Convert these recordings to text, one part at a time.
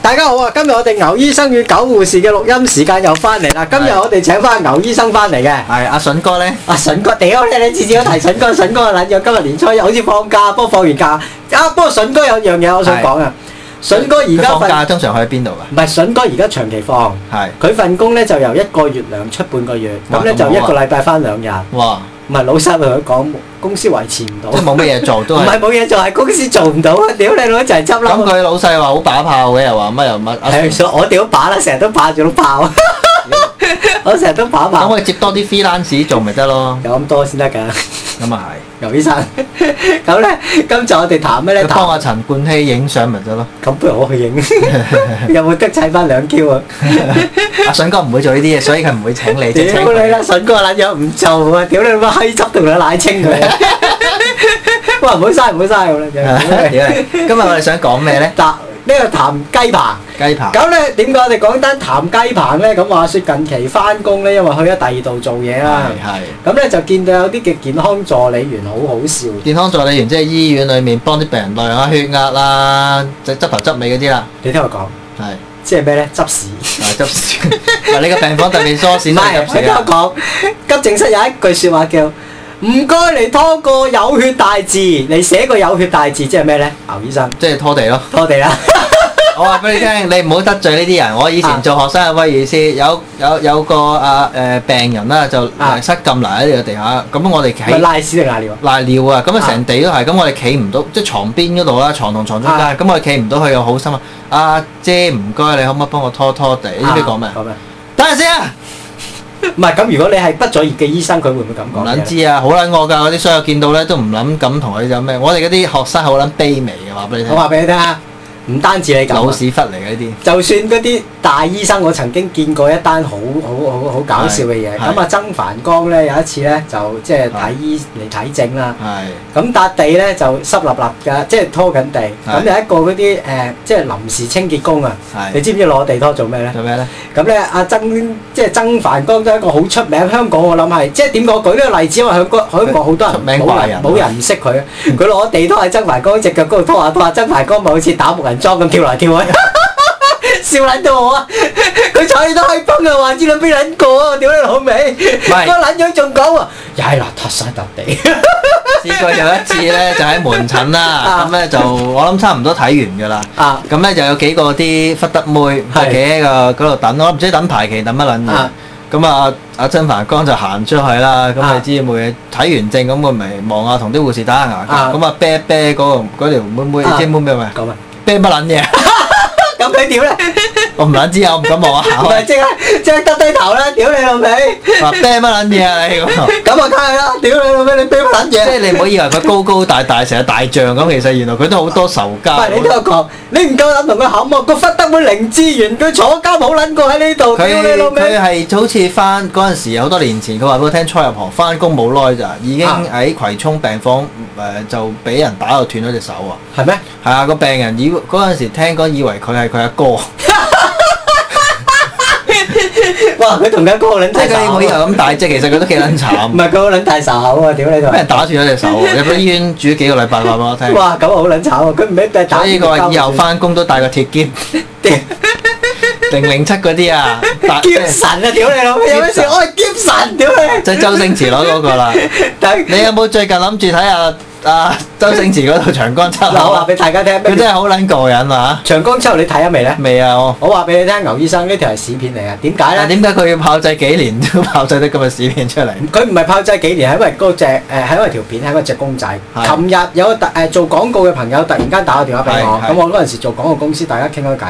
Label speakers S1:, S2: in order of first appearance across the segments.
S1: 大家好啊！今日我哋牛醫生與狗護士嘅錄音時間又翻嚟啦。今日我哋請翻牛醫生翻嚟嘅。
S2: 係阿筍哥咧，
S1: 阿筍哥，屌你！你次次都提筍哥，筍哥嘅撚樣。今日年初一好似放假，不過放完假啊。不過筍哥有樣嘢我想講啊。筍哥而
S2: 佢
S1: 家
S2: 放
S1: 份
S2: 假通常去邊度噶？
S1: 唔係筍哥而家長期放，
S2: 係
S1: 佢份工咧就由一個月糧出半個月，
S2: 哇
S1: 咁咧
S2: 咁
S1: 就
S2: 好啊
S1: 一個禮拜翻兩日。
S2: 哇，
S1: 唔係老細同佢講，公司維持唔到
S2: 即。係冇乜嘢做 都
S1: 唔係
S2: 係。
S1: 冇嘢做，係公司做唔到啊！屌你老母就係執笠
S2: 咁
S1: 啊。
S2: 佢老細話好把炮嘅，又話乜又乜。阿
S1: 係，
S2: 筍
S1: 所以我屌把啦，成日都把住碌炮，我成日都把
S2: 咁
S1: 炮，
S2: 我哋接多啲 freelance 做咪得咯？
S1: 有咁多先得㗎，
S2: 咁啊
S1: 牛醫生。咁咧，今集我哋談咩
S2: 係，
S1: 咧？
S2: 佢幫
S1: 談
S2: 阿陳冠希影相咪 得咯。
S1: 咁不如我去影，有冇得砌翻兩 Q 啊？
S2: 阿筍哥唔會做呢啲嘢，所以佢唔會請你。即係請
S1: 屌你
S2: 佢
S1: 啦，筍哥撚樣唔做啊！屌你老母閪汁同你奶清佢，哇！唔好嘥，唔好嘥咁
S2: 屌
S1: 啦。
S2: 你今日我哋想講咩咧？
S1: 答呢個談雞棚。
S2: 雞扒。
S1: 咁咧點解我哋講單談雞棚咧？咁話説近期翻工咧，因為去咗第二度做嘢啦
S2: 係。係。
S1: 咁咧就見到有啲嘅健康助理員好好笑，
S2: 健康助理員即係醫院裏面幫啲病人量下血壓啦，即係執頭執尾嗰啲啦。
S1: 你聽我講，
S2: 係。
S1: 即係咩咧？執屎。
S2: 嗱 執屎。嗱你個病房特別疏
S1: 唔
S2: 屎，所以
S1: 係，
S2: 執
S1: 你
S2: 屎
S1: 聽我
S2: 啊。
S1: 講，急症室有一句説話叫唔該你拖個有血大字，你寫個有血大字即係咩咧？牛醫生，
S2: 即係拖地 咯。
S1: 拖地 啦，
S2: 我話俾你聽，你唔好得罪呢啲人。我以
S1: 啊
S2: 前做學生嘅威爾斯，有有有個啊誒、病人啦，就
S1: 啊
S2: 失禁留喺呢個地下，咁我
S1: 咪
S2: 哋企
S1: 拉屎定瀨尿啊？
S2: 賴尿啊，咁啊
S1: 啊
S2: 成地都係，咁我哋企唔到，即係床邊嗰度啦，床同床中
S1: 啊
S2: 間，咁我哋企唔到去，又好心啊，阿姐唔該，你可唔可以幫我拖拖地？你知唔知講咩
S1: 啊？講咩？
S2: 等陣先啊！
S1: 唔係咁，如果你係畢咗業嘅醫生，佢會唔會咁
S2: 唔
S1: 講
S2: 撚
S1: 嘅？
S2: 知啊，好撚惡㗎嗰啲，所以我見到咧都唔撚敢同佢有咩。我哋嗰啲學生好撚卑微嘅，話俾你
S1: 我
S2: 聽，
S1: 話俾你聽啊，唔單止你
S2: 老
S1: 咁啊。
S2: 屎忽嚟嘅呢啲。
S1: 就算嗰啲大醫生，我曾經見過一單好好好好搞笑嘅嘢。
S2: 係
S1: 咁啊，曾凡光咧有一次咧就即係睇醫嚟睇症啦。
S2: 係
S1: 咁笪地咧就濕立立㗎，即係拖緊地。咁有一個嗰啲誒，即係臨時清潔工啊，你啊
S2: 係
S1: 知唔知攞地拖做咩咧？
S2: 做咩咧？
S1: 咁咧，阿曾即係曾凡光都係一個好出名香港，我諗係即係點講？舉呢個例子，因為香港香港好多人
S2: 出名
S1: 冇
S2: 華
S1: 人
S2: 人
S1: 冇人唔識佢，佢攞地拖喺曾凡光只腳嗰度拖下拖下，曾凡光咪好似打木人樁咁跳嚟跳去， 笑撚到我啊！佢睬你都閪崩啊！話知你邊撚過啊！我屌你老味，
S2: 係
S1: 個撚樣仲講啊！又係邋遢晒笪地，
S2: 試過有一次咧，就喺門診啦，
S1: 啊
S2: 咁咧就我諗差唔多睇完噶啦。
S1: 啊
S2: 咁咧就有幾個啲忽得妹
S1: 係
S2: 就企喺個嗰度等，我唔知等排期等乜撚嘢
S1: 啊。
S2: 咁啊，阿曾凡光就行出去啦。咁
S1: 啊
S2: 你知冇嘢睇完症，咁佢咪望下同啲護士打下牙
S1: 啊
S2: 骹。咁啊啤一啤嗰個嗰條妹妹，
S1: 啊
S2: 即係妹妹咪
S1: 咁啊！
S2: 啤乜撚 嘢？
S1: 咁佢點咧？
S2: 我唔撚知啊，我唔敢望下
S1: 唔係
S2: 口。
S1: 即刻即刻耷低頭啦！屌你老味，
S2: 話啤乜撚嘢啊你咁啊？
S1: 咁啊梗係啦！屌你老味，你俾乜撚
S2: 即
S1: 嘢？
S2: 係你唔好以為佢高高大大成日大象咁，其實原來佢都好多仇
S1: 唔
S2: 家。
S1: 係你聽我講，你唔夠膽同佢冚喎，個忽德妹零資源，佢坐監冇撚過喺呢度，
S2: 佢
S1: 屌你老
S2: 佢
S1: 味！
S2: 係好似翻嗰陣時，好多年前，佢話俾我聽，初入行翻工冇耐咋，已經
S1: 啊
S2: 喺葵涌病房誒、呃就俾人打到斷咗隻手啊！
S1: 係咩？
S2: 係啊，個病人以為嗰陣時聽講以為佢係佢阿 哥，
S1: 哇！佢同緊嗰個撚
S2: 即
S1: 大
S2: 係佢
S1: 手
S2: 每日
S1: 口啊，
S2: 咁大隻，其實佢都幾撚
S1: 唔
S2: 慘，
S1: 係佢好撚大手口啊！屌你
S2: 俾人
S1: 度！
S2: 打斷咗隻手，啊入咗醫院住咗幾個禮拜話俾我 聽。
S1: 哇！咁啊好撚慘啊！佢唔俾俾打
S2: 所以佢話以後
S1: 交
S2: 翻工都帶個鐵 劍，
S1: 屌
S2: 零零七嗰啲啊，打 即
S1: 劫
S2: 係
S1: 神啊！屌你老味，有咩事？
S2: 劫神
S1: 我係劫神！屌你！
S2: 即係周星馳攞嗰個啦。
S1: 但
S2: 你有冇最近諗住睇下啊周星馳嗰套《長江七號》
S1: 嗱，我話
S2: 啊？
S1: 俾大家聽，
S2: 佢真係好撚過癮啊！
S1: 長江之後你睇咗未咧？
S2: 未啊，我。
S1: 我話俾你聽，牛醫生呢條係屎片嚟啊！點解
S2: 但
S1: 咧？
S2: 點解佢要炮製幾年都炮製得咁嘅屎片出嚟？
S1: 佢唔係炮製幾年，係因為嗰隻誒係因為條片係因為隻公仔。
S2: 係
S1: 琴日有個特誒做廣告嘅朋友突然間打個電話俾我，
S2: 係係
S1: 咁我嗰陣時做廣告公司，大家傾咗偈。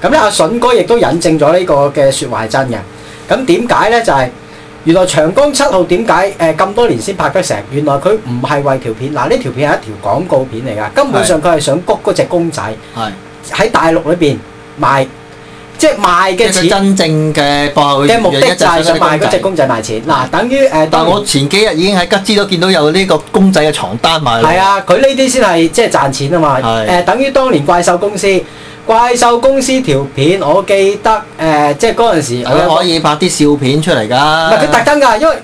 S1: 咁咧阿筍哥亦都引證咗呢個嘅説話係真嘅。咁點解咧？就係、原來長江七號點解誒咁多年先拍得成？原來佢唔係為條片，嗱呢條片係一條廣告片嚟㗎，根本上佢係想谷嗰隻公仔
S2: 係，
S1: 喺大陸裏邊賣，即係賣
S2: 即
S1: 嘅
S2: 係佢
S1: 錢
S2: 真正嘅幕後
S1: 嘅目的就係想賣嗰隻
S2: 公。
S1: 公仔賣錢。嗱，等於誒，呃
S2: 但
S1: 當
S2: 我前幾日已經喺吉之都見到有呢個公仔嘅床單賣啦。
S1: 係，啊，佢呢啲先係即係賺錢啊嘛。誒、
S2: 係
S1: 等於當年怪獸公司，怪獸公司條片，我記得誒、呃即係嗰陣時我有
S2: 佢
S1: 個，
S2: 可以拍啲笑片出嚟㗎。
S1: 唔
S2: 唔
S1: 係佢特登㗎，因為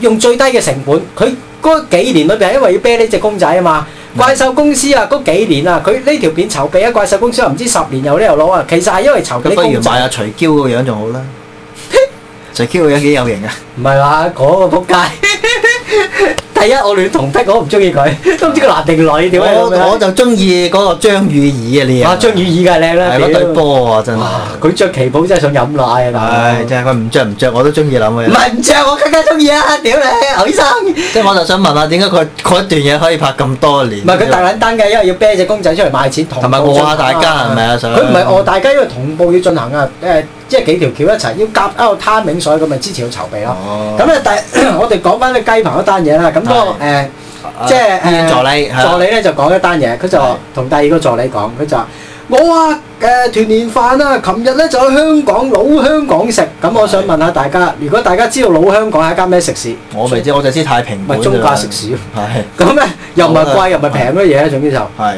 S1: 用最低嘅成本，佢嗰幾年裏邊係因為要啤呢只公仔啊嘛。怪獸公司啊，嗰幾年啊，佢呢條片籌備啊，怪獸公司啊，唔知十年有呢又攞啊，其實係因為籌備
S2: 咁
S1: 啲
S2: 不如
S1: 公
S2: 買
S1: 仔，
S2: 阿徐嬌個樣仲好 啦。徐嬌個樣幾有型啊！
S1: 唔係話嗰個 仆街。第一，我亂同癖，我唔中意佢，都唔知佢男定女點解咁樣
S2: 我我就中意嗰個張雨綺啊！呢
S1: 啊，張雨綺梗係靚啦，
S2: 係嗰
S1: 屌
S2: 對波啊，真係。
S1: 哇佢着旗袍真係想飲奶啊！
S2: 唉，
S1: 大佬
S2: 真係佢唔着唔着我都中意諗嘅
S1: 唔。係唔着，我更加中意啊！屌你，牛醫生。
S2: 即係我就想問下，點解佢嗰一段嘢可以拍咁多年？
S1: 唔係佢大撚單嘅，因為要啤只公仔出嚟賣錢，同
S2: 同埋
S1: 步
S2: 餓
S1: 進行
S2: 下大家係咪啊？想
S1: 佢唔係餓大家，因為同步要進行啊！誒，即係幾條橋一齊，要夾喺度攤名水咁，咪之前要籌備咯。
S2: 哦
S1: 咁咧，但係 我哋講翻啲雞棚嗰單嘢啦。咁嗰個誒，
S2: Ờ.
S1: 即係誒
S2: 啊助理係啊
S1: 助理咧就講一單嘢，佢就
S2: 係
S1: 同第二個助理講，佢就話：我啊誒團年飯啊，琴日咧就喺香港老香港食。咁我想問下大家，如果大家知道老香港係一間咩食肆？
S2: 我未知，我就知太平
S1: 咪
S2: 館
S1: 中
S2: 啫
S1: 價食肆咯。
S2: 係
S1: 咁咧又唔係
S2: 好啊
S1: 貴又唔係平嘅嘢，總之就。
S2: 係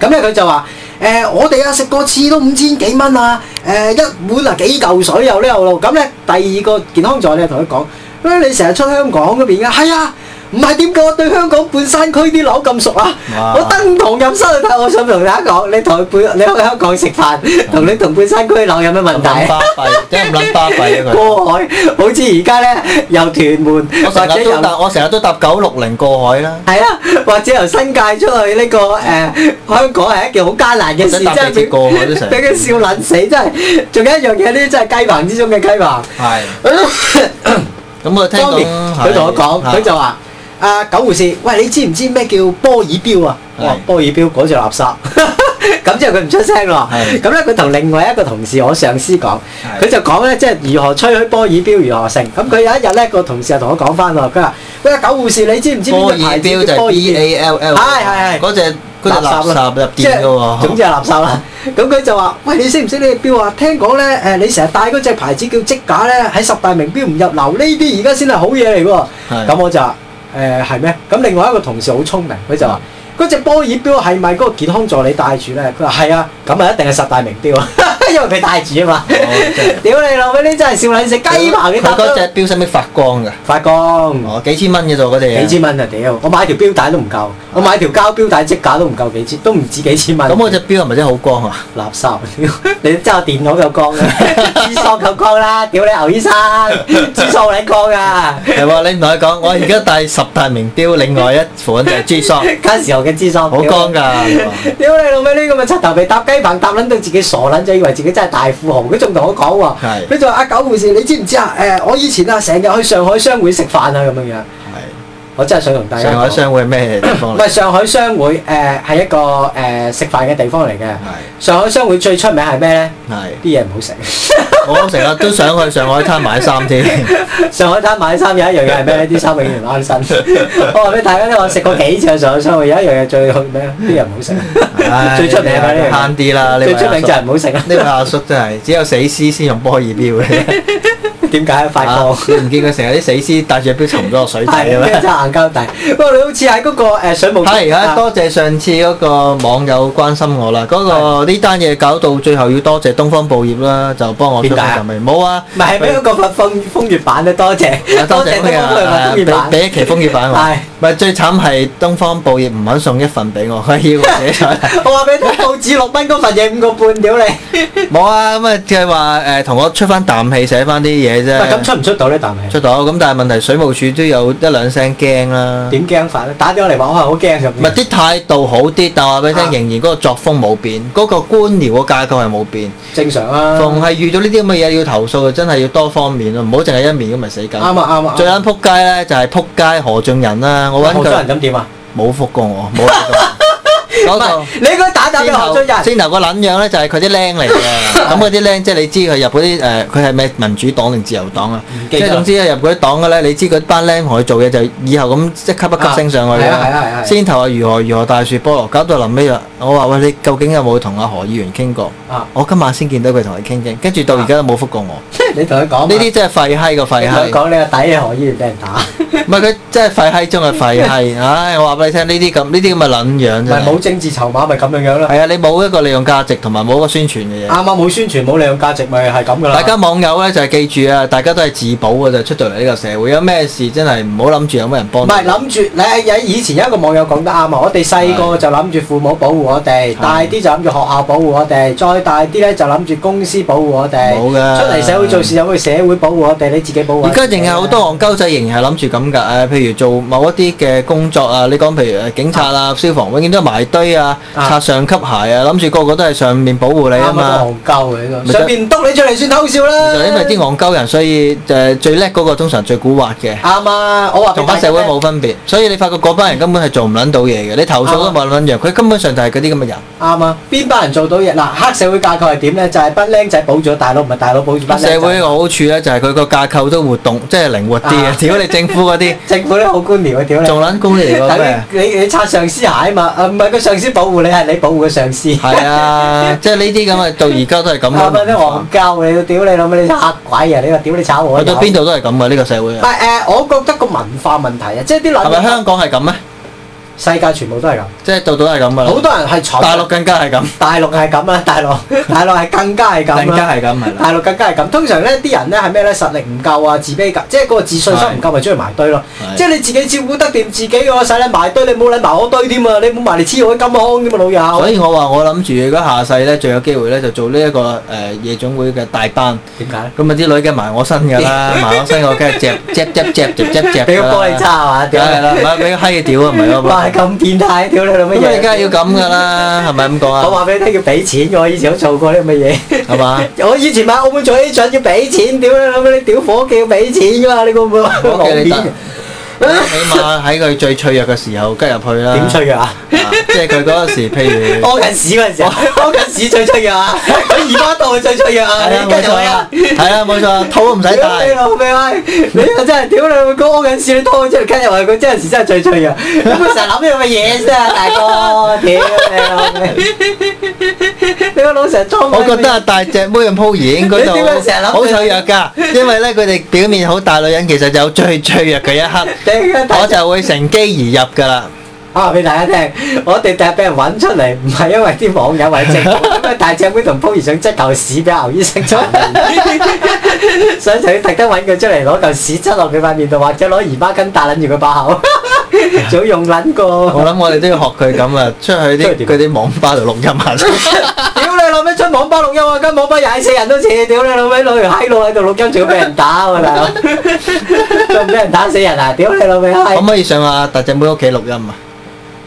S1: 咁咧佢就話：誒、我哋啊食個次都五千幾蚊啊！誒、一碗啊幾嚿水又呢又路。咁咧第二個健康助理就同佢講：喂、你成日出香港嗰邊嘅，係啊，唔係點解我對香港半山區啲樓咁熟啊？
S2: 哇
S1: 我登堂入室去睇，我想同大家講，你同半 你去香港食飯，同你同半山區樓有咩問
S2: 咁撚
S1: 題？
S2: 巴閉，真係咁撚巴閉啊！佢。
S1: 過海好似而家咧由屯門
S2: 我
S1: 或
S2: 成
S1: 者
S2: 日
S1: 由
S2: 都搭，我成日都搭九六零過海啦。
S1: 係啦，或者由新界出去呢、個誒、香港係一件好艱難嘅事，
S2: 想搭
S1: 真係
S2: 地鐵過海都 成
S1: 俾俾佢笑撚死，真係。仲有一樣嘢呢，真係雞棚之中嘅雞棚。
S2: 係。咁我聽
S1: 方面，
S2: 講
S1: 佢同我講，佢就話：啊，九護士，喂，你知唔知咩叫波爾標啊？
S2: 係
S1: 我話波爾標嗰隻垃圾。 咁之後佢唔出聲咯。
S2: 係
S1: 咁咧，佢同另外一個同事，我上司講，
S2: 係
S1: 佢就講咧，即係如何吹噓波爾標如何成。咁佢有一日咧，個同事又同我講翻喎，佢話：喂，九護士，你知唔知邊
S2: 波
S1: 個
S2: 爾
S1: 牌
S2: 標
S1: 子
S2: 就
S1: 叫波爾
S2: B
S1: 標？
S2: A L L，
S1: 係係係
S2: 嗰隻嗰隻垃圾入
S1: 即係
S2: 電嘅
S1: 總
S2: 喎。
S1: 之係垃圾啦。 咁佢就話：喂，你識唔識呢隻錶啊？聽講咧，誒、你成日戴嗰隻牌子叫積架咧，喺十大名錶唔入流，呢啲而家先係好嘢嚟喎。
S2: 係
S1: 咁我就話誒係咩？咁另外一個同事好聰明，佢
S2: 啊
S1: 就話。嗰只波爾錶係咪嗰個健康助理戴住咧？佢話係啊，咁啊一定係十大名錶啊， 因為佢戴住啊嘛。
S2: 哦真係
S1: 屌你老味，呢真係笑撚死雞棚嘅
S2: 佢
S1: 搭
S2: 嗰隻
S1: 都
S2: 標使唔使發光㗎？
S1: 發光。
S2: 哦，幾千蚊嘅啫喎嗰隻嘢。
S1: 幾千蚊啊！屌，我買條錶帶都唔夠，我買條膠錶帶即架都唔夠幾千，都唔止幾千蚊。
S2: 咁我隻標係咪真係好 光啊？
S1: 垃圾，你真係電腦夠光啊 嘅，廁所夠光啦！屌你牛醫生，廁所你光啊！
S2: 係喎，你唔同佢講，我而家戴十大名錶，另外一款 就係 G Shock，
S1: 嗰時候嘅廁所
S2: 好 光。㗎。
S1: 屌你老味呢個咪柒頭皮搭雞棚搭撚到自己傻撚咗，以為自己真係大富豪。佢仲同我講喎
S2: 係，
S1: 佢就話阿九護士，你知唔知啊？誒、我以前啊成日去上海商會食飯啊咁樣樣，我真係想同大
S2: 係
S1: 家
S2: 上海
S1: 講
S2: 商會係咩地
S1: 唔
S2: 方嚟？
S1: 係上海商會誒係、一個誒、食飯嘅地方嚟嘅。
S2: 係
S1: 上海商會最出名係咩咧？
S2: 係，
S1: 啲嘢唔好食。
S2: 我成日都想去上海灘買衫添。
S1: 上海灘買衫有一樣嘢係咩咧？啲衫永遠唔啱 身。我話俾大家聽，我食過幾次嘅上海商會，有一樣嘢最好咩？啲人唔好食，
S2: 唉
S1: 最出名係呢樣
S2: 慳啲啦，
S1: 嘢。最
S2: 呢位
S1: 出名就
S2: 阿
S1: 係
S2: 叔
S1: 唔好食啦。
S2: 呢位阿叔真係只有死屍先用波爾 標嘅，
S1: 點解發光？
S2: 啊你唔見佢成日啲死屍帶住隻標沉咗落水底
S1: 係
S2: 嘅
S1: 呢個
S2: 咩
S1: 真？係硬膠底。不過你好似喺嗰個誒水務
S2: 係啊，
S1: 啊
S2: 多謝上次嗰個網友關心我啦。嗰、個呢單嘢搞到最後要多謝東方報業啦，就幫我出
S1: 點解啊
S2: 份名。冇啊，
S1: 唔係係咩嗰個風風月版咧？多謝
S2: 啊多謝
S1: 謝
S2: 佢
S1: 東方佢
S2: 啊，
S1: 風
S2: 俾
S1: 月版。
S2: 俾一期風月版我
S1: 係。
S2: 咪最慘係東方報業唔肯送一份俾我， 佢要我寫咗。
S1: 我話俾你聽，報紙六蚊嗰份嘢五個半，屌你！
S2: 冇啊，咁啊佢話誒同我出翻啖氣，寫翻啲嘢啫。
S1: 喂咁出唔出到呢啖氣？
S2: 出到，咁但係問題水務署都有一兩聲驚啦。
S1: 點驚法咧？打電話嚟話我係好驚咁。
S2: 唔係啲態度好啲，但話俾你聽，
S1: 啊
S2: 仍然嗰個作風冇變，嗰、個官僚個架構係冇變。
S1: 正常啊。
S2: 逢係遇到呢啲咁嘅嘢要投訴，就真係要多方面咯，唔好淨係一面咁咪死梗。
S1: 啱啊啱啊。
S2: 最撚撲街咧就係撲街何俊仁啦，我揾
S1: 好多人
S2: 佢
S1: 咁點啊？
S2: 冇覆過我，冇覆過我
S1: 唔
S2: 嗰個
S1: 係，你應該打打俾
S2: 先
S1: 何
S2: 頭
S1: 俊仁。
S2: 先頭個撚樣咧就係佢啲僆嚟 嘅，咁嗰啲僆即係你知佢入嗰啲誒，佢係咩民主黨定自由黨啊？
S1: 唔記
S2: 即
S1: 得
S2: 係
S1: 啦
S2: 總之咧入嗰啲黨嘅咧，你知嗰班僆同佢做嘢就以後咁一級一級升上去
S1: 啊係啊係啊係
S2: 啦
S1: 啊。
S2: 先頭啊如何如何大樹菠蘿，搞到臨尾啦，啊我話喂你究竟有冇同阿何議員傾過？
S1: 啊！
S2: 我今晚先見到佢同佢傾傾，跟住到而家都冇覆過我。
S1: 你同佢講啊
S2: 呢啲真係廢閪個
S1: 你
S2: 廢
S1: 同佢
S2: 閪，
S1: 講你個底，你何以唔俾人打？
S2: 唔係佢真係廢閪中嘅廢閪。唉，我話俾你聽，呢啲咁呢啲咁嘅撚樣
S1: 唔
S2: 真
S1: 係
S2: 係
S1: 冇。政治籌碼，咪咁樣樣咯。
S2: 係啊，你冇一個利用價值同埋冇一個宣傳嘅嘢。
S1: 啱啱冇宣傳，冇利用價值，咪係咁噶啦。
S2: 大家網友咧就係記住啊，大家都係自保嘅就出到嚟呢個社會，有咩事真係唔好諗住有咩人幫
S1: 唔
S2: 你。
S1: 係諗住你有以前有一個網友講得啱啊！我哋細個就諗住父母保護我哋，
S2: 係
S1: 大啲就諗住學校保護我哋，再大啲咧就諗住公司保護我哋。
S2: 冇㗎
S1: 出嚟社會做事有個社會保護我哋，你自己保護我
S2: 而
S1: 哋。
S2: 家仍有好多戇鳩仔，仍然係諗住咁㗎。誒、譬如做某一啲嘅工作啊，你講譬如誒警察啊、消防，永遠都係埋堆啊、
S1: 啊
S2: 擦上級鞋啊，諗住個個都係上面保護你啊
S1: 啱啊，
S2: 嘛。
S1: 都戇鳩嘅呢個。
S2: 咪就
S1: 上面唔督你出嚟算偷笑
S2: 就
S1: 啦。
S2: 因為啲戇鳩人，所以誒、呃最叻嗰個通常最古惑嘅，
S1: 啱啊！我話
S2: 同黑社會冇分別。所以你發覺嗰班人根本係做唔撚到嘢嘅，你投訴
S1: 啊
S2: 都冇撚樣，佢根本上就係嗰啲咁嘅人。
S1: 啱啊！邊班人做到嘢嗱？黑社會架構係點咧？就係班僆仔保住大佬，唔係大佬保住
S2: 黑
S1: 班僆仔。
S2: 社會個好處咧，就係佢個架構都活動，即係靈活啲
S1: 啊
S2: 嘅。屌你政府 嗰啲，
S1: 政府咧好官僚嘅屌你。
S2: 仲撚高你 個咩？
S1: 等於你你擦上司鞋啊嘛？啊唔係個上司保護你，係你保護個上司。
S2: 係 啊，即係呢啲咁嘅，到而家都係咁
S1: 啊！啲
S2: 嘅
S1: 戇。鳩，你屌你老味，你嚇鬼啊！你話屌你炒我
S2: 去
S1: 魷
S2: 到邊？度都係咁嘅呢個社會
S1: 唔
S2: 啊，
S1: 係誒，我覺得個文化問題啊，即係啲
S2: 係
S1: 諗
S2: 咪香港係咁咩？
S1: 世界全部都係咁，
S2: 即係到到係咁噶
S1: 好
S2: 啦，
S1: 多人係蠢。
S2: 大陸更加係咁，
S1: 大陸 係咁啦，大陸大陸係更加係咁
S2: 更
S1: 啦。
S2: 加係咁係啦。
S1: 大陸更加係咁，通常咧啲人咧係咩咧實力唔夠啊，自卑感，即係嗰個自信心唔夠，咪中意埋堆咯。即係你自己照顧得掂自己喎，使你埋堆，你冇撚埋我堆添啊，你冇埋嚟黐我啲金康添啊，老友。
S2: 所以我話我諗住，如果下世咧，最有機會咧，就做呢一個誒夜總會嘅大班。
S1: 點解咧？
S2: 咁啊，啲女嘅埋我身㗎啦，埋我身我梗係夾夾夾夾夾夾夾
S1: 俾
S2: 㗎
S1: 個玻璃渣
S2: 啦。
S1: 係嘛？屌
S2: 梗 係啦，唔係俾個閪嘅屌啊，唔係嗰個。
S1: 哇！咁變態，屌你老味
S2: 咁啊你梗係
S1: 嘢！
S2: 要咁㗎啦，係咪咁講
S1: 我
S2: 啊？
S1: 話俾你聽要俾錢嘅，我以前都做過啲咁嘅
S2: 係嘛？
S1: 嘢。 我以前買澳門做 agent 要俾錢，屌你老味！你屌伙計要俾錢㗎嘛？你估唔估？
S2: 我叫你
S1: 攞
S2: 得
S1: 面，
S2: 起碼喺佢最脆弱嘅時候，吉入去啦。
S1: 點吹㗎？
S2: 啊即係佢嗰陣時，譬 如
S1: 屙緊屎嗰陣
S2: 啊
S1: 時候，屙緊屎最啊吹㗎， 佢姨媽度最吹㗎，
S2: 係啊，
S1: 你
S2: 冇
S1: 跟住
S2: 錯
S1: 我啊
S2: 啊，！係啊，冇錯，肚都唔
S1: 屌
S2: 使
S1: 你
S2: 大。
S1: 老味喂！你又真係屌你老母，屙緊屎你拖出嚟，跟住話佢真係時真係最脆啊！咁佢成日諗呢咁嘅嘢啫，大哥，屌你老味！ 你個老成日裝鬼
S2: 我
S1: 咩，
S2: 覺得啊，大隻妹咁鋪嘢應該就
S1: 你點解成日諗
S2: 好脆弱㗎，因為咧佢哋表面好大女人，其實有最脆弱嘅 一刻，
S1: 頂
S2: 我
S1: 啊！
S2: 就會乘機而入㗎啦。
S1: 我話俾大家聽，我哋第日俾人揾出嚟，唔係因為啲網友或者政 府，因為大隻妹同 p o 想執嚿屎俾牛醫生做，所以就要特登揾佢出嚟攞嚿屎執落佢塊面度，或者攞姨媽巾打撚住佢把 口，早用撚過
S2: 我。諗我哋都要學佢咁啊，出去
S1: 出去
S2: 啲
S1: 點
S2: 嗰啲網吧度錄音下先。
S1: 屌你老味出網吧錄音啊！間網吧踩死人都似，屌你老味老條閪佬喺度錄音，仲要俾人打喎 大佬，仲俾人打死人啊！屌你老味
S2: 可唔
S1: 閪，
S2: 可以上下大隻妹屋企錄音啊？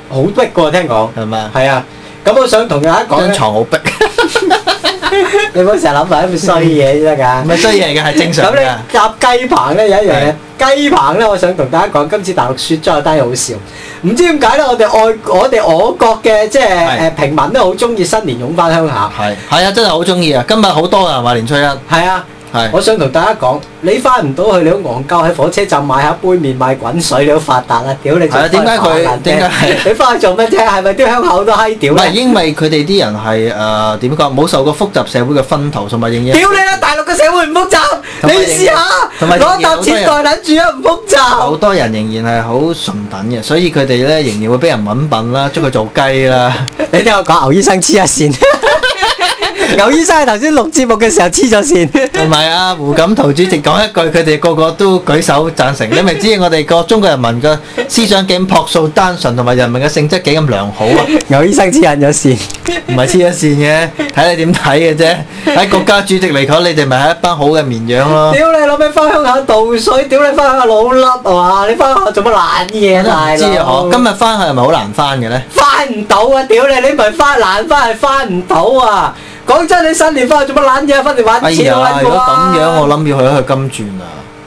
S1: 好逼喎聽講，
S2: 係咪啊？
S1: 係啊。咁我想同大家講
S2: 張
S1: 咧，
S2: 床好逼，
S1: 你唔好成日諗埋啲咁衰嘢先得㗎
S2: 唔。係衰嘢嚟嘅，係正常
S1: 咁
S2: 㗎
S1: 咧。夾雞棚咧有一樣嘢，雞棚咧我想同大家講，今次大陸雪災有單嘢好笑，唔知點解咧，我哋愛我哋我國嘅即係
S2: 係
S1: 誒平民咧好中意新年湧翻鄉下，
S2: 係係啊，真係好中意啊！今日好多人話年初一係
S1: 係啊。我想同大家講，你翻唔到去，你都戇鳩喺火車站買下杯麵、買滾水，你都發達啦！屌你仲
S2: 係啊點解佢
S1: 開飯啫
S2: 點解
S1: 你翻去做乜啫？係咪啲香口都閪屌
S2: 唔係
S1: 咧？
S2: 因為佢哋啲人係誒點講冇受過複雜社會嘅熏陶同埋影響，
S1: 屌你啦！大陸嘅社會唔複雜，你
S2: 同埋
S1: 試下
S2: 同埋
S1: 攞沓錢袋撚住啊，唔複
S2: 好
S1: 雜。
S2: 多人仍然係好順等嘅，所以佢哋咧仍然會俾人揾笨啦，捉佢做雞啦。
S1: 你聽我講，牛醫生黐一線。 牛醫生喺頭先錄節目嘅時候黐咗線。
S2: 同埋啊，胡錦濤主席講一句，佢哋個個都舉手贊成。你咪知我哋個中國人民嘅思想幾咁樸素單純，同埋人民嘅性質幾咁良好啊！
S1: 牛醫生黐緊咗線。
S2: 唔係黐一線嘅，睇你點睇嘅啫。喺國家主席嚟講，你哋咪係一班好嘅綿羊咯。
S1: 屌你老味，翻鄉下倒水，屌你翻鄉下老笠係嘛？你翻鄉下做乜懶嘢啊，大
S2: 知啊，
S1: 佬
S2: 嗬！？今日翻去係咪好難翻嘅咧？
S1: 翻唔到啊！屌你，你唔係翻難翻係翻唔到啊！講真，你新年翻去做乜撚嘢？翻嚟
S2: 哎
S1: 玩錢好
S2: 呀，
S1: 撚
S2: 如
S1: 過
S2: 果
S1: 啊！
S2: 咁樣，我諗要去一去金鑽啊，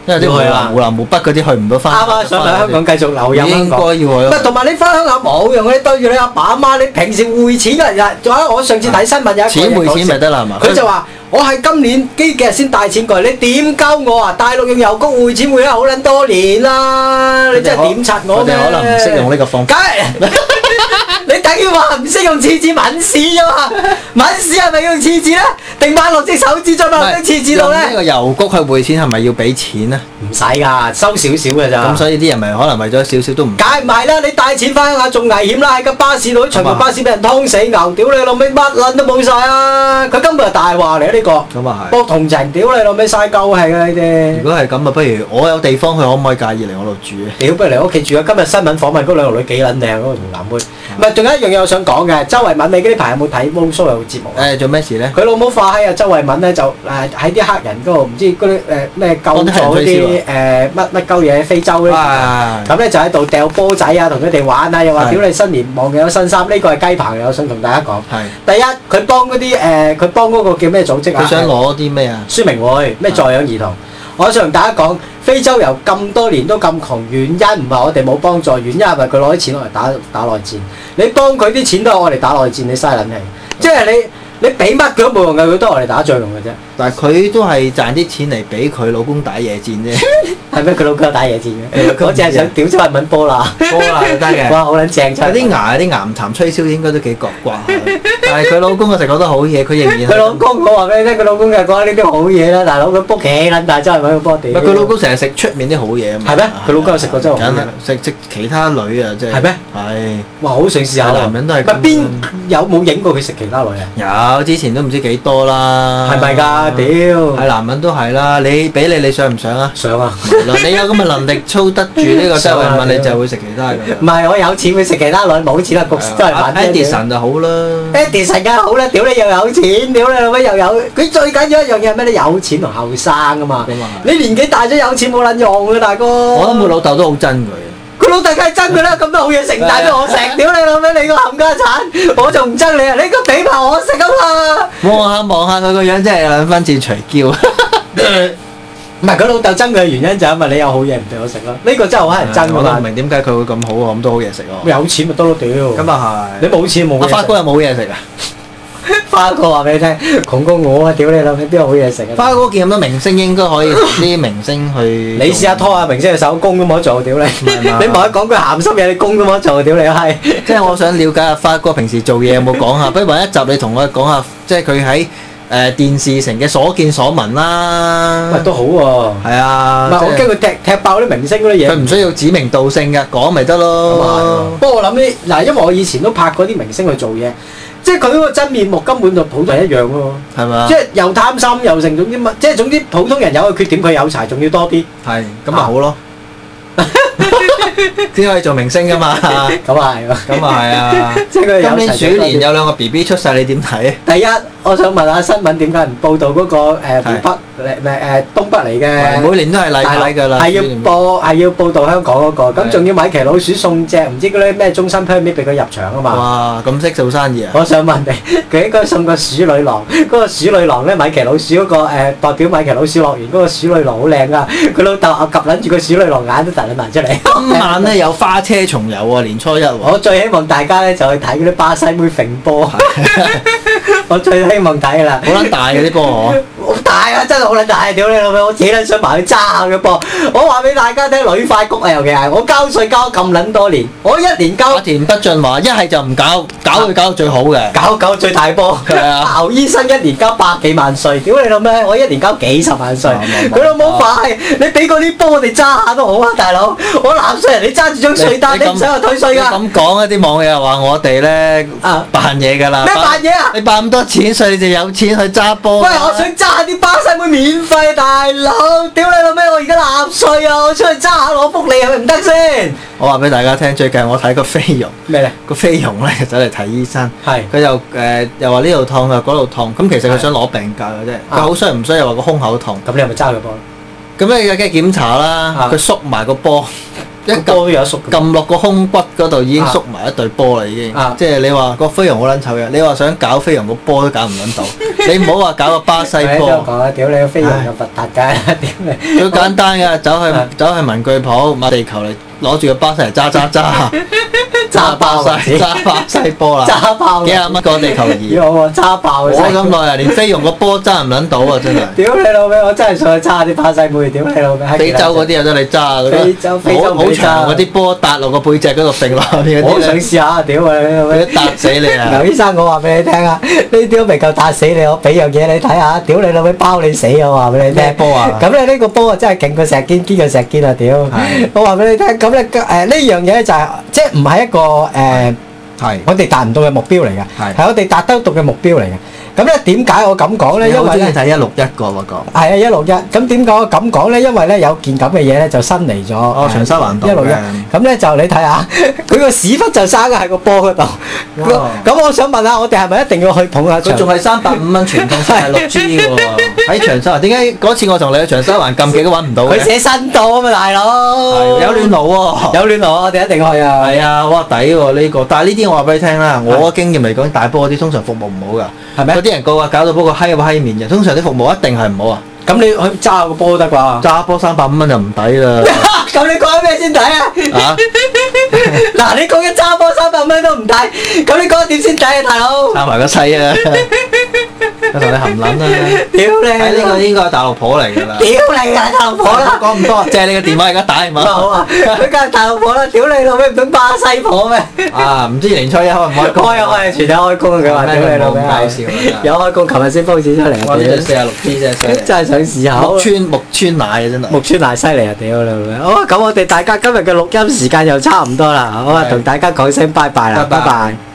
S2: 因為啲湖
S1: 要去啊
S2: 南、湖南、湖北嗰啲去唔到翻。
S1: 啱啊！想嚟香港繼續留任香
S2: 應該
S1: 港。
S2: 要
S1: 唔係
S2: 去。
S1: 同埋你翻鄉下冇用，你對住你阿爸阿媽，你平時匯錢嘅人，仲有我上次睇新聞有一個
S2: 錢
S1: 人
S2: 匯
S1: 講
S2: 錢咪得啦，係嘛？
S1: 佢就話：我係今年呢幾日先帶錢過嚟，你點鳩我啊？大陸用郵局匯錢匯咗好撚多年啦，你真係點柒我
S2: 佢
S1: 咩？
S2: 哋可能唔識用呢個方法。
S1: 梗係 你等於話唔識用廁紙抿屎 啫嘛，抿屎係咪要用廁紙咧？定抹落隻手指再抹落張啊廁紙度
S2: 用呢
S1: 咧？
S2: 個郵局去匯錢係咪要俾錢啊？
S1: 唔使㗎，收少少㗎咋
S2: 咁。所以啲人咪可能為咗少少都唔
S1: 梗係唔係啦，你帶錢翻鄉下仲危險啦，喺架巴士度啲長途巴士俾人劏死牛，屌你老味乜撚都冇晒啊！佢根本係大話嚟啊呢個，
S2: 咁啊係。
S1: 博同情，屌你老味嘥鳩氣啊呢
S2: 如
S1: 啲！
S2: 果係咁啊，不如我有地方去，可唔可以介意嚟我度住啊？
S1: 屌，不如嚟屋企住啊！今日新聞訪問嗰兩個女幾撚靚嗰個同男妹，唔係仲有一樣嘢我想講嘅，周慧敏你呢排有冇睇 Mo Show 有個節目啊？
S2: 誒，做咩事咧？
S1: 佢老母化閪啊！周慧敏咧就誒喺啲黑人嗰度，唔知嗰啲誒咩救
S2: 幫啲
S1: 咗
S2: 黑
S1: 啲
S2: 人
S1: 誒乜乜鳩嘢非洲咧，
S2: 啊！
S1: 咁咧就喺度掉波仔啊，同佢哋玩啊，又話
S2: 係
S1: 屌你新年望有新衫，呢個係雞棚，我想同大家講。
S2: 係。
S1: 第一，佢幫嗰啲誒，佢幫嗰個叫咩組織啊？
S2: 佢想攞啲咩啊？
S1: 宣明會咩助養兒童。我想同大家講，非洲由咁多年都咁窮，原因唔係我哋冇幫助，原因係咪佢攞啲錢攞嚟打打內戰？你幫佢啲錢都係我嚟打內戰，你嘥撚氣。即係你你俾乜佢都冇用嘅，佢都係我嚟打仗用嘅啫。
S2: 但係佢都係賺啲錢嚟俾佢老公打野戰 啫，
S1: 係咩？佢老公打野戰嘅，
S2: 佢
S1: 我
S2: 唔知
S1: 淨
S2: 啊
S1: 係想屌周慧敏 波啦。
S2: 波啦都得嘅。
S1: 哇，好撚正真
S2: 佢啲
S1: 係。
S2: 牙啲岩潭吹簫應該都幾覺刮下， 但係佢老公嘅食覺得好嘢，佢仍然係
S1: 佢老公，我話俾你聽，佢老公就講呢啲好嘢啦，大佬佢卜幾撚大周慧敏個波
S2: 唔
S1: 屌。
S2: 係佢老公成日食出面啲好嘢啊嘛。
S1: 係咩佢老公有食過真係好嘢
S2: 梗係食食其他女啊，即係
S1: 係咩？
S2: 係
S1: 哇，好想試下喎
S2: 男人都係
S1: 唔係
S2: 咁
S1: 邊有冇影過佢食其他女啊？
S2: 有之前都唔知幾多啦。
S1: 係咪㗎？屌！？
S2: 係男人都係啦，你俾你你想唔想 啊
S1: 上啊！
S2: 係咯你有咁嘅能力操得住呢個周慧敏，你就會食其他嘅。
S1: 唔係我有錢會食其他女，冇錢啊焗死都係
S2: 阿
S1: 玩啫。
S2: Edison 就好啦。
S1: Edison 梗係好啦，屌你又有錢，屌你老味又有。佢最緊要一樣嘢係咩？你有錢同後生啊嘛
S2: 咁啊。
S1: 你年紀大咗有錢冇撚用嘅大哥。
S2: 我諗佢老豆都好憎佢。
S1: 佢老豆梗係憎佢啦，咁多好嘢成大俾我食，屌你老味你個冚家產，我仲唔憎你啊？你應該俾埋我食啊嘛。
S2: 望下望下佢個樣真係兩分似隨嬌。
S1: 唔係佢老豆憎佢嘅原因就係因為你有好嘢唔俾我食咯。呢個 真係好乞人憎㗎
S2: 我都唔
S1: 嘛。
S2: 明點解佢會咁好喎，咁多好嘢食喎。
S1: 有錢咪得咯，屌。
S2: 咁啊係。
S1: 你冇錢冇
S2: 阿
S1: 嘢
S2: 花
S1: 食
S2: 哥。有冇嘢食啊？
S1: 花哥話俾你聽，窮過我啊！屌你老味，邊有好嘢食啊？
S2: 花哥見咁多明星，應該可以同啲明 星去。
S1: 你試下拖下明星嘅手工都冇得做，屌你！
S2: 係嘛
S1: 你唔可以講句鹹濕嘢，你工都冇得做，屌你閪！
S2: 即係我想了解阿花哥平時做嘢有冇講下，不如揾一集你同我講下，即係佢喺誒電視城嘅所見所聞啦。
S1: 喂，都好喎。
S2: 係啊，
S1: 唔係我
S2: 即係
S1: 驚佢踢踢爆啲明星嗰啲嘢。
S2: 佢唔需要指名道姓嘅，講咪得
S1: 咁
S2: 咯
S1: 啊。不過我諗呢，嗱，因為我以前都拍過啲明星去做嘢，即係佢嗰個真面目根本就普通人一樣咯。
S2: 係咪啊
S1: 即？係又貪心又成，總之乜，即係總之普通人有嘅缺點，佢有柴仲要多啲。
S2: 係，咁咪好咯。 先可以做明星 噶嘛，咁
S1: 咁啊係喎，
S2: 啊係啊。
S1: 即係佢
S2: 今
S1: 有
S2: 年
S1: 柴
S2: 鼠
S1: 仲要多
S2: 年
S1: 啲。
S2: 有兩個 B B 出世，你點睇？
S1: 第一，我想問下新聞點解唔報導嗰個誒湖
S2: 係
S1: 北誒唔係誒東北嚟嘅？
S2: 每年都係例
S1: 大
S2: 牌
S1: 陸
S2: 㗎啦，
S1: 係要
S2: 鼠年
S1: 報係要報導香港嗰、個，咁
S2: 係
S1: 仲要米奇老鼠送隻唔知嗰啲咩終身 permit 俾佢入場啊嘛。
S2: 哇，咁識做生意啊！
S1: 我想問你， 佢應該送個鼠女郎，嗰、個鼠女郎咧，米奇老鼠嗰、個、呃、代表米奇老鼠樂園嗰個鼠女郎好靚啊！佢老豆啊，及撚住個鼠女郎眼都突撚埋出嚟。
S2: 今晚咧有花車重遊啊，年初一喎。
S1: 我最希望大家咧就去睇嗰啲巴西妹揈 波， 我最希望睇啦。
S2: 好撚大嘅 啲波嗬，
S1: 好大啊！真係好撚大啊！屌你老味，我自己都想埋去揸下嘅噃。我話俾大家聽，女快谷啊，尤其係我交税交咗咁撚多年，我一年
S2: 阿
S1: 交
S2: 田北俊話：一係就唔搞，搞
S1: 啊
S2: 佢搞到最好嘅。
S1: 搞搞最大波。
S2: 係啊
S1: 牛醫生一年交百幾萬税，屌你老味，我一年交幾十萬税
S2: 啊冇冇。冇
S1: 佢老母快，你俾嗰啲波我哋揸下都好啊，大佬。我納税人，你揸住張税單，你唔使話退税
S2: 你
S1: 㗎。
S2: 咁講一啲網友話我哋咧
S1: 啊
S2: 扮嘢㗎啦。
S1: 咩扮嘢啊
S2: 你扮咁多錢，所以你就有錢去揸波
S1: 喂，
S2: 啦。
S1: 我想揸下啲巴西妹免費，大佬，屌你老味，我而家納税啊，我出去揸下攞福利係咪唔得先？
S2: 我話俾大家聽，最近我睇個菲傭，
S1: 咩咧？
S2: 個菲傭咧走嚟睇醫生。
S1: 係。
S2: 佢又誒、又話呢度痛又嗰度痛，咁其實佢想攞病假嘅啫。
S1: 啊
S2: 佢好衰唔衰又話個胸口痛，
S1: 咁你係咪揸佢波？
S2: 咁咧梗係檢查
S1: 啊
S2: 啦，佢縮埋個波，一
S1: 個
S2: 撳
S1: 波都有縮㗎。
S2: 撳落個胸骨嗰度已經縮埋一對波啦，已經。
S1: 啊
S2: 即係你話個飛揚好撚醜嘅，你話想搞飛揚個波都搞唔 撚到。你唔好話搞個巴西
S1: 係都有
S2: 波，
S1: 講啊！屌你個飛人咁核突㗎，屌你！
S2: 最簡單㗎，走去
S1: 啊 啊
S2: 走去文具鋪買地球嚟攞住個巴西嚟揸揸揸，
S1: 炸爆為止
S2: 炸爆西波啦，
S1: 炸爆
S2: 幾
S1: 為止
S2: 廿蚊個地球儀，
S1: 要我揸爆
S2: 我
S1: 佢
S2: 咁
S1: 先。
S2: 耐啊，連飛用個波揸唔撚到 啊，真係。
S1: 屌你老味，我真係想去揸啲巴西妹，屌你老味。
S2: 非洲嗰啲有得你揸嗰啲，
S1: 非洲非洲
S2: 好好
S1: 冇
S2: 長
S1: 揸
S2: 嗰啲波搭落個背脊嗰度揈落去嗰
S1: 我都
S2: 啲
S1: 想
S2: 咧，
S1: 試下，屌你老
S2: 佢
S1: 味。
S2: 都搭死你啊！
S1: 劉醫生，我話俾你聽啊，呢啲都未夠打死你，我俾樣嘢你睇下，屌你老味包你死啊！我話俾你聽。
S2: 咩波啊
S1: 咁你呢個波啊，真係勁過石堅堅嘅石堅啊！屌
S2: 係，
S1: 我話俾你聽，咁咧誒呢樣嘢咧就係即係唔係一個誒
S2: 係
S1: 我哋達唔到嘅目標嚟嘅，
S2: 係
S1: 係我哋達得到嘅目標嚟嘅。咁咧點解我咁講咧？
S2: 你
S1: 因
S2: 好
S1: 為
S2: 中
S1: 咧。
S2: 意睇一六一個喎講，
S1: 係啊，一六一。咁點解我咁講咧？因為咧有件咁嘅嘢咧就新嚟咗。哦
S2: 長沙灣道
S1: 一六一
S2: 嘅。
S1: 咁咧就你睇下， 佢個屎忽就生喺個波嗰度。咁
S2: 哇
S1: 咁我想問下，我哋係咪一定要去捧下場
S2: 佢？仲係三百五蚊傳統式係六 G 嘅喎，喺長沙灣。點解嗰次我同你去長沙灣撳幾都揾唔到
S1: 佢
S2: 嘅？
S1: 寫新到啊嘛，大佬。
S2: 係有亂路喎。
S1: 有亂我，我哋一定去啊。
S2: 係啊，哇抵喎呢個！但係呢啲我話俾你聽啦，我經驗嚟講，大波嗰啲通常服務唔好㗎，
S1: 係咩
S2: 嗰啲人個個搞到波個閪個閪面嘅，通常啲服務一定係唔好啊！
S1: 咁你去揸個波得啩？
S2: 揸波三百五蚊就唔抵啦
S1: 咁你講咩先 睇啊？
S2: 啊！
S1: 嗱，你講嘅揸波三百蚊都唔抵，咁你講點先抵啊，大佬？
S2: 撐埋個西啊！我同你含撚啊！
S1: 屌你！
S2: 喺呢個應該係大陸婆嚟㗎啦。
S1: 屌你啊，大老婆啦！
S2: 講唔多，借你個電話而家打電
S1: 好
S2: 話。
S1: 啊，佢梗係大老婆啦，屌你老味唔通巴西婆咩？
S2: 啊，唔知年初一開唔開工？
S1: 開啊開啊，全體開工啊！佢話
S2: 咩
S1: 屌你老
S2: 冇
S1: 味
S2: 咁搞笑啊真係
S1: 有開工，琴日先報紙出嚟
S2: 我呢度
S1: 啊！
S2: 四廿六 G 啫，
S1: 屌，真係想試下。
S2: 木村木村奶啊，真係。
S1: 木村大犀利啊！屌你老味！好啊，咁我哋大家今日嘅錄音時間又差唔多啦，好啊，
S2: 係
S1: 同大家講聲拜拜啦，
S2: 拜拜
S1: 拜拜。